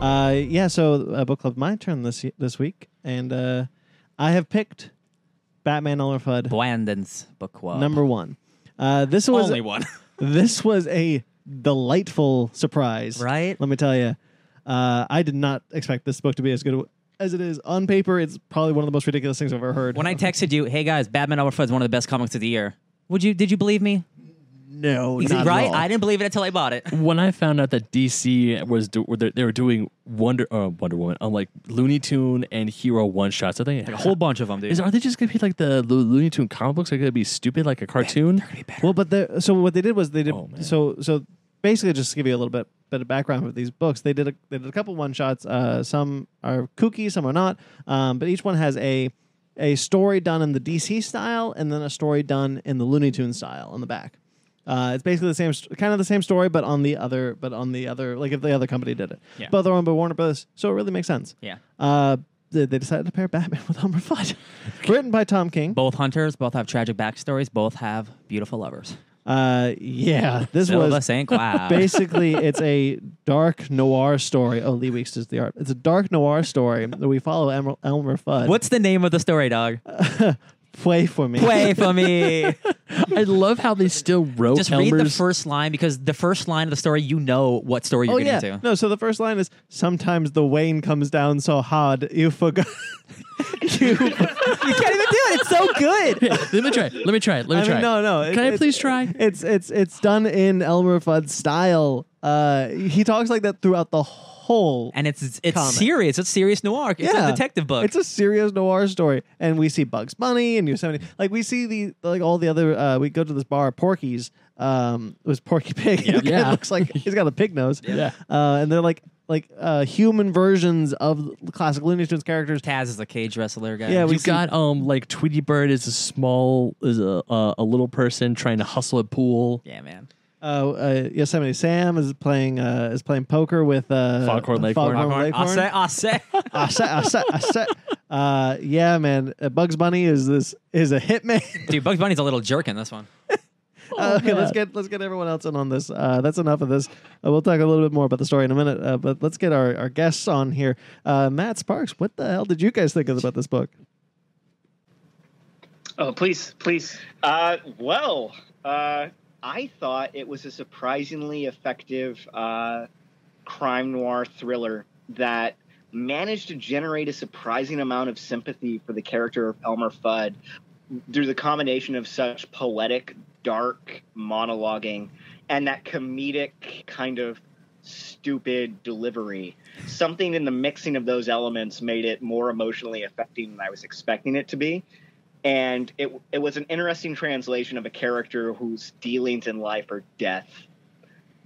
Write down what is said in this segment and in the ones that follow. Uh, yeah, so uh, book club my turn this this week, and uh, I have picked Batman All of Fud Blandon's book club. number one. Uh, this was only one. this was a delightful surprise, Right? Let me tell you, uh, I did not expect this book to be as good as it is on paper. It's probably one of the most ridiculous things I've ever heard. when I texted you, "Hey guys, Batman Overflow is one of the best comics of the year." Would you? Did you believe me? no, Is it not at right? all. I didn't believe it until I bought it. When I found out that DC was do- were- they were doing Wonder uh, Wonder Woman, I'm like Looney Tune and Hero one shots. I think A whole bunch of them, dude. Is, are they just gonna be like the Lo- Looney Tune comic books? Are they gonna be stupid like a cartoon? Well, but the so what they did was they did Oh, man. so so basically just to give you a little bit bit of background of these books. They did a, they did a couple one shots. Uh, some are kooky, some are not. Um, but each one has a a story done in the DC style and then a story done in the Looney Tune style on the back. Uh, it's basically the same, st- kind of the same story, but on the other, but on the other, like if the other company did it, Yeah. but they're owned by Warner Brothers, so it really makes sense. yeah. Uh, they, they decided to pair Batman with Humber Fudd, written by Tom King. Both hunters, both have tragic backstories, both have beautiful lovers. Uh, yeah, this Still the was same wow. basically it's a dark noir story. Oh, Lee Weeks does the art. It's a dark noir story that we follow Elmer, Elmer Fudd. What's the name of the story, dog? play for me? Play for me. I love how they still wrote Just Elmer's. read the first line because the first line of the story, you know what story you're Oh yeah. getting to. No. So the first line is sometimes the rain comes down so hard you forgot. you. You can't even do it. It's so good. let me try. it. Let me try. it. Let me I try. mean, it. no, no. it- Can I it's- please try? It's it's it's done in Elmer Fudd style. Uh, he talks like that throughout the whole. And it's it's Comic. serious. It's serious noir. It's Yeah. a detective book. It's a serious noir story, and we see Bugs Bunny and Yosemite. Like we see the like all the other. Uh, we go to this bar, Porky's. Um, it was Porky Pig. It Yeah. looks like he's got a pig nose. Yeah. uh, and they're like like uh, human versions of classic Looney Tunes characters. Taz is a cage wrestler guy. Yeah, we You've see- got um like Tweety Bird is a small is a uh, a little person trying to hustle a pool. yeah, man. Uh, uh, Yosemite Sam is playing uh, is playing poker with uh, Foghorn Leghorn. Foghorn Mark, I Leghorn. say, I say. I say- I say- I say. Uh, yeah, man. Uh, Bugs Bunny is this is a hitman. Dude, Bugs Bunny's a little jerk in this one. Uh, okay, let's get let's get everyone else in on this. Uh, that's enough of this. Uh, we'll talk a little bit more about the story in a minute, uh, but let's get our, our guests on here. Uh, Matt Sparks, what the hell did you guys think about this book? Oh, please, please. Uh, well, uh, I thought it was a surprisingly effective uh, crime noir thriller that managed to generate a surprising amount of sympathy for the character of Elmer Fudd through the combination of such poetic, dark monologuing and that comedic kind of stupid delivery. Something in the mixing of those elements made it more emotionally affecting than I was expecting it to be and it it was an interesting translation of a character whose dealings in life are death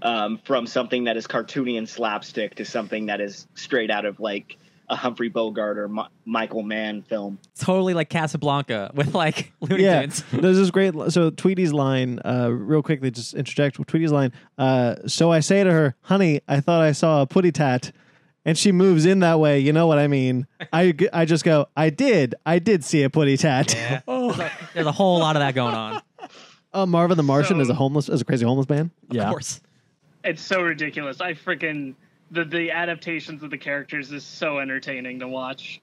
um, from something that is cartoony and slapstick to something that is straight out of like a Humphrey Bogart or Mi- Michael Mann film. Totally like Casablanca with like Looney Tunes. there's this great. li- So Tweety's line, uh, real quickly, just interject. Tweety's line. Uh, so I say to her, "Honey, I thought I saw a putty tat," and she moves in that way. You know what I mean? I g- I just go, "I did, I did see a putty tat." Yeah. There's a whole lot of that going on. Uh, Marvin the Martian So- is a homeless, is a crazy homeless man. Of Yeah. course. It's so ridiculous. I freaking the the adaptations of the characters is so entertaining to watch.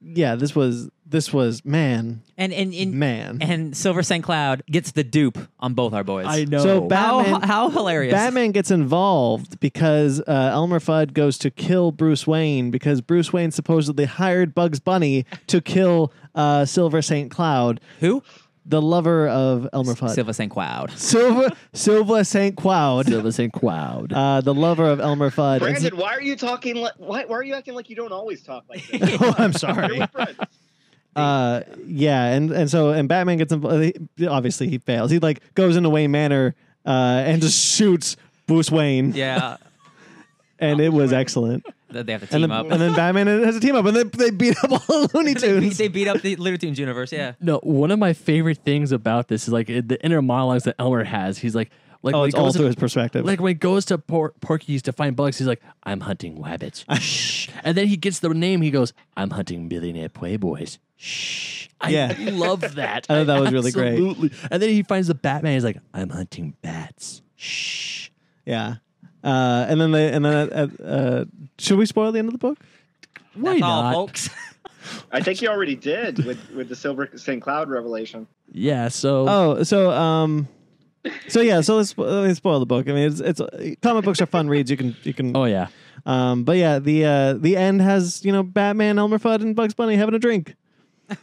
Yeah, this was this was man, And and and, man. and Silver St. Cloud gets the dupe on both our boys. I know. So back- How, Batman- how hilarious. Batman gets involved because uh, Elmer Fudd goes to kill Bruce Wayne because Bruce Wayne supposedly hired Bugs Bunny to kill uh, Silver St. Cloud, Who? the lover of Elmer Fudd. Silver St. Cloud. Silver Silver St. Cloud, Silver St. Cloud. uh, the lover of Elmer Fudd. And Brandon, why are you talking? Li- why why are you acting like you don't always talk like so- this? oh, I'm You're sorry. with friends. Uh, yeah, and and so and Batman gets involved. Obviously, he fails. He like goes into Wayne Manor uh, and just shoots Bruce Wayne, Yeah. and it was excellent. They have to and team then, up. and then Batman has a team up, and they, they beat up all the Looney they, beat, Tunes. they beat up the Looney Tunes universe. Yeah. no, one of my favorite things about this is like it- the inner monologues that Elmer has. He's like, like oh, when it's he all goes through to- his perspective. Like when he goes to Por- Porky's to find bugs, he's like, "I'm hunting rabbits," and then he gets the name. He goes, "I'm hunting millionaire playboys." Shh. I Yeah. love that. I thought that was really great. Absolutely. And then he finds the Batman. He's like, I'm hunting bats. Shh. Yeah. Uh, and then they and then uh, uh, should we spoil the end of the book? Why That's all, not? folks. I think you already did with with the Silver St. Cloud revelation. Yeah. So Oh, so um, so yeah, so let's, let's spoil the book. I mean, it's it's uh, comic books are fun reads. You can you can Oh yeah. Um, but yeah, the uh, the end has you know Batman, Elmer Fudd, and Bugs Bunny having a drink.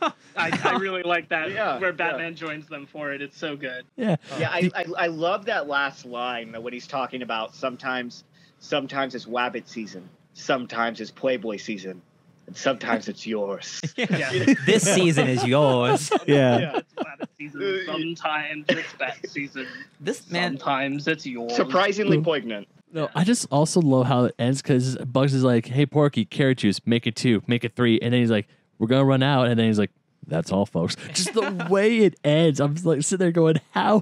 I, I really like that Yeah, where yeah. Batman joins them for it. It's so good. Yeah. Yeah, I, I I love that last line that what he's talking about. Sometimes sometimes it's Wabbit season, sometimes it's Playboy season, and sometimes it's yours. Yeah. this season is yours. Yeah, Yeah. It's Batman season. Sometimes it's Bat season. This man. Sometimes it's yours. Surprisingly poignant. No, I just also love how it ends because Bugs is like, "Hey, Porky, carrot juice, make it two, make it three. and then he's like, "We're gonna run out," and then he's like, "That's all, folks." Just the way it ends, I'm just like sitting there going, "How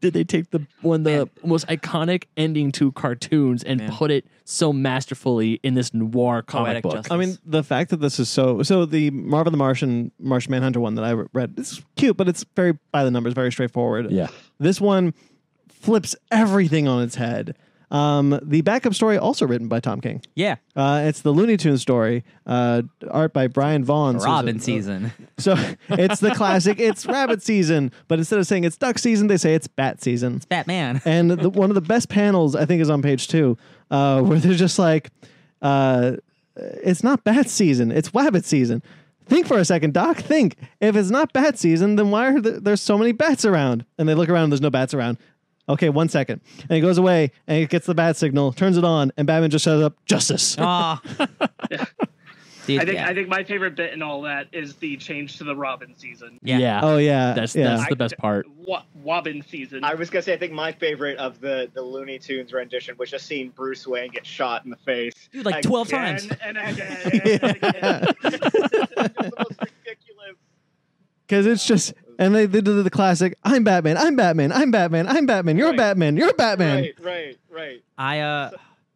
did they take the one of the most iconic ending to cartoons and Man. put it so masterfully in this noir Poetic comic book?" justice. I mean, the fact that this is so so the Marvel the Martian Martian Manhunter one that I re- read, it's cute, but it's very by the numbers, very straightforward. Yeah. This one flips everything on its head. Um, the backup story also written by Tom King. Yeah. Uh, it's the Looney Tunes story, uh, art by Brian Vaughn. so it's a- uh, Robin season. So it's the classic. It's rabbit season, but instead of saying it's duck season, they say it's bat season. Batman. And the, one of the best panels, I think, is on page two, uh, where they're just like, uh, it's not bat season, it's wabbit season. Think for a second, Doc. Think. If it's not bat season, then why are there, there's so many bats around? And they look around and there's no bats around. Okay, one second. And he goes away and he gets the bat signal, turns it on, and Batman just shows up, justice. Ah. Dude, I think yeah. I think my favorite bit in all that is the change to the Robin season. Yeah. Oh, yeah. That's yeah. that's the best part. Wa- Wobbin season. I was gonna say I think my favorite of the the Looney Tunes rendition was just seeing Bruce Wayne get shot in the face. Dude, like 12 Again times. And again. and again. the most ridiculous. Because it's just, and they, they do the classic I'm Batman, I'm Batman, I'm Batman, I'm Batman, you're Right. Batman, you're Batman. Right, right, right. I uh,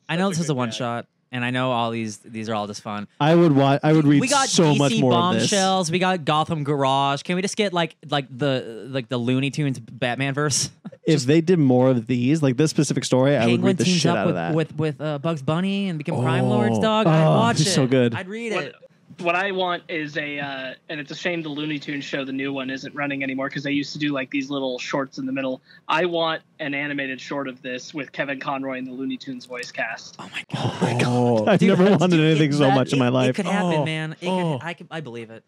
I know this is a one shot, and I know all these these are all just fun. I would watch, I would read we got so DC much more of this. bombshells. We got Gotham Garage. Can we just get like like the like the Looney Tunes Batman verse? if they did more of these, like this specific story, I would read Penguin the teams shit up out of with that. with, with uh, Bugs Bunny and become Crime Oh. Lords. Dog, I'd Oh, watch it. he's so good. I'd read What- it. what I want is a, uh, and it's a shame the Looney Tunes show, the new one, isn't running anymore because they used to do like these little shorts in the middle. I want an animated short of this with Kevin Conroy and the Looney Tunes voice cast. Oh my god, Oh, I've dude, never that's- wanted dude, anything so that- much in my it- it life. could happen, Oh, man. It oh. could, I could, I believe it.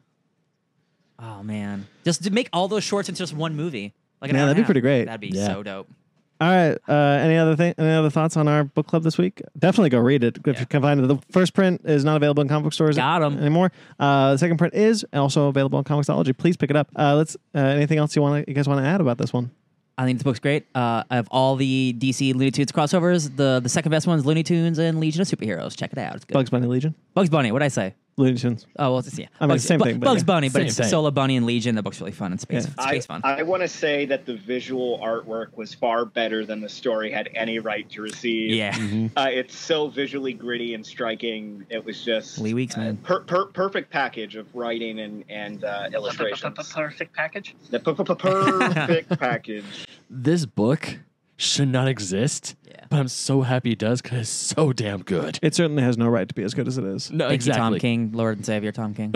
Oh man, just to make all those shorts into just one movie. Like an Yeah, hour that'd and a be pretty half. great. That'd be Yeah. so dope. All right. Uh, any other thing? Any other thoughts on our book club this week? Definitely go read it if you can find it. The first print is not available in comic book stores Got 'em. anymore. Uh, the second print is also available on Comixology. Please pick it up. Uh, let's. Uh, anything else you want? You guys want to add about this one? I think this book's great. Uh, of all the DC Looney Tunes crossovers, the the second best one's Looney Tunes and Legion of Superheroes. Check it out. It's good. Bugs Bunny Legion, Bugs Bunny. What would I say? Looney Tunes. Oh well, it's, yeah. I mean, Bugs, same Bu- thing, but Bugs yeah. Bunny, but Same it's thing. Solo Bunny and Legion. The book's really fun and space. Yeah. Space fun. I want to say that the visual artwork was far better than the story had any right to receive. yeah. Uh, it's so visually gritty and striking. It was just uh, Lee Weeks, man. per- per- perfect package of writing and and uh, illustrations. Perfect package. The per- per- per- perfect package. This book should not exist. Yeah. But I'm so happy it does because it's so damn good. It certainly has no right to be as good as it is. No, Thank you, exactly. Tom King, Lord and Savior Tom King.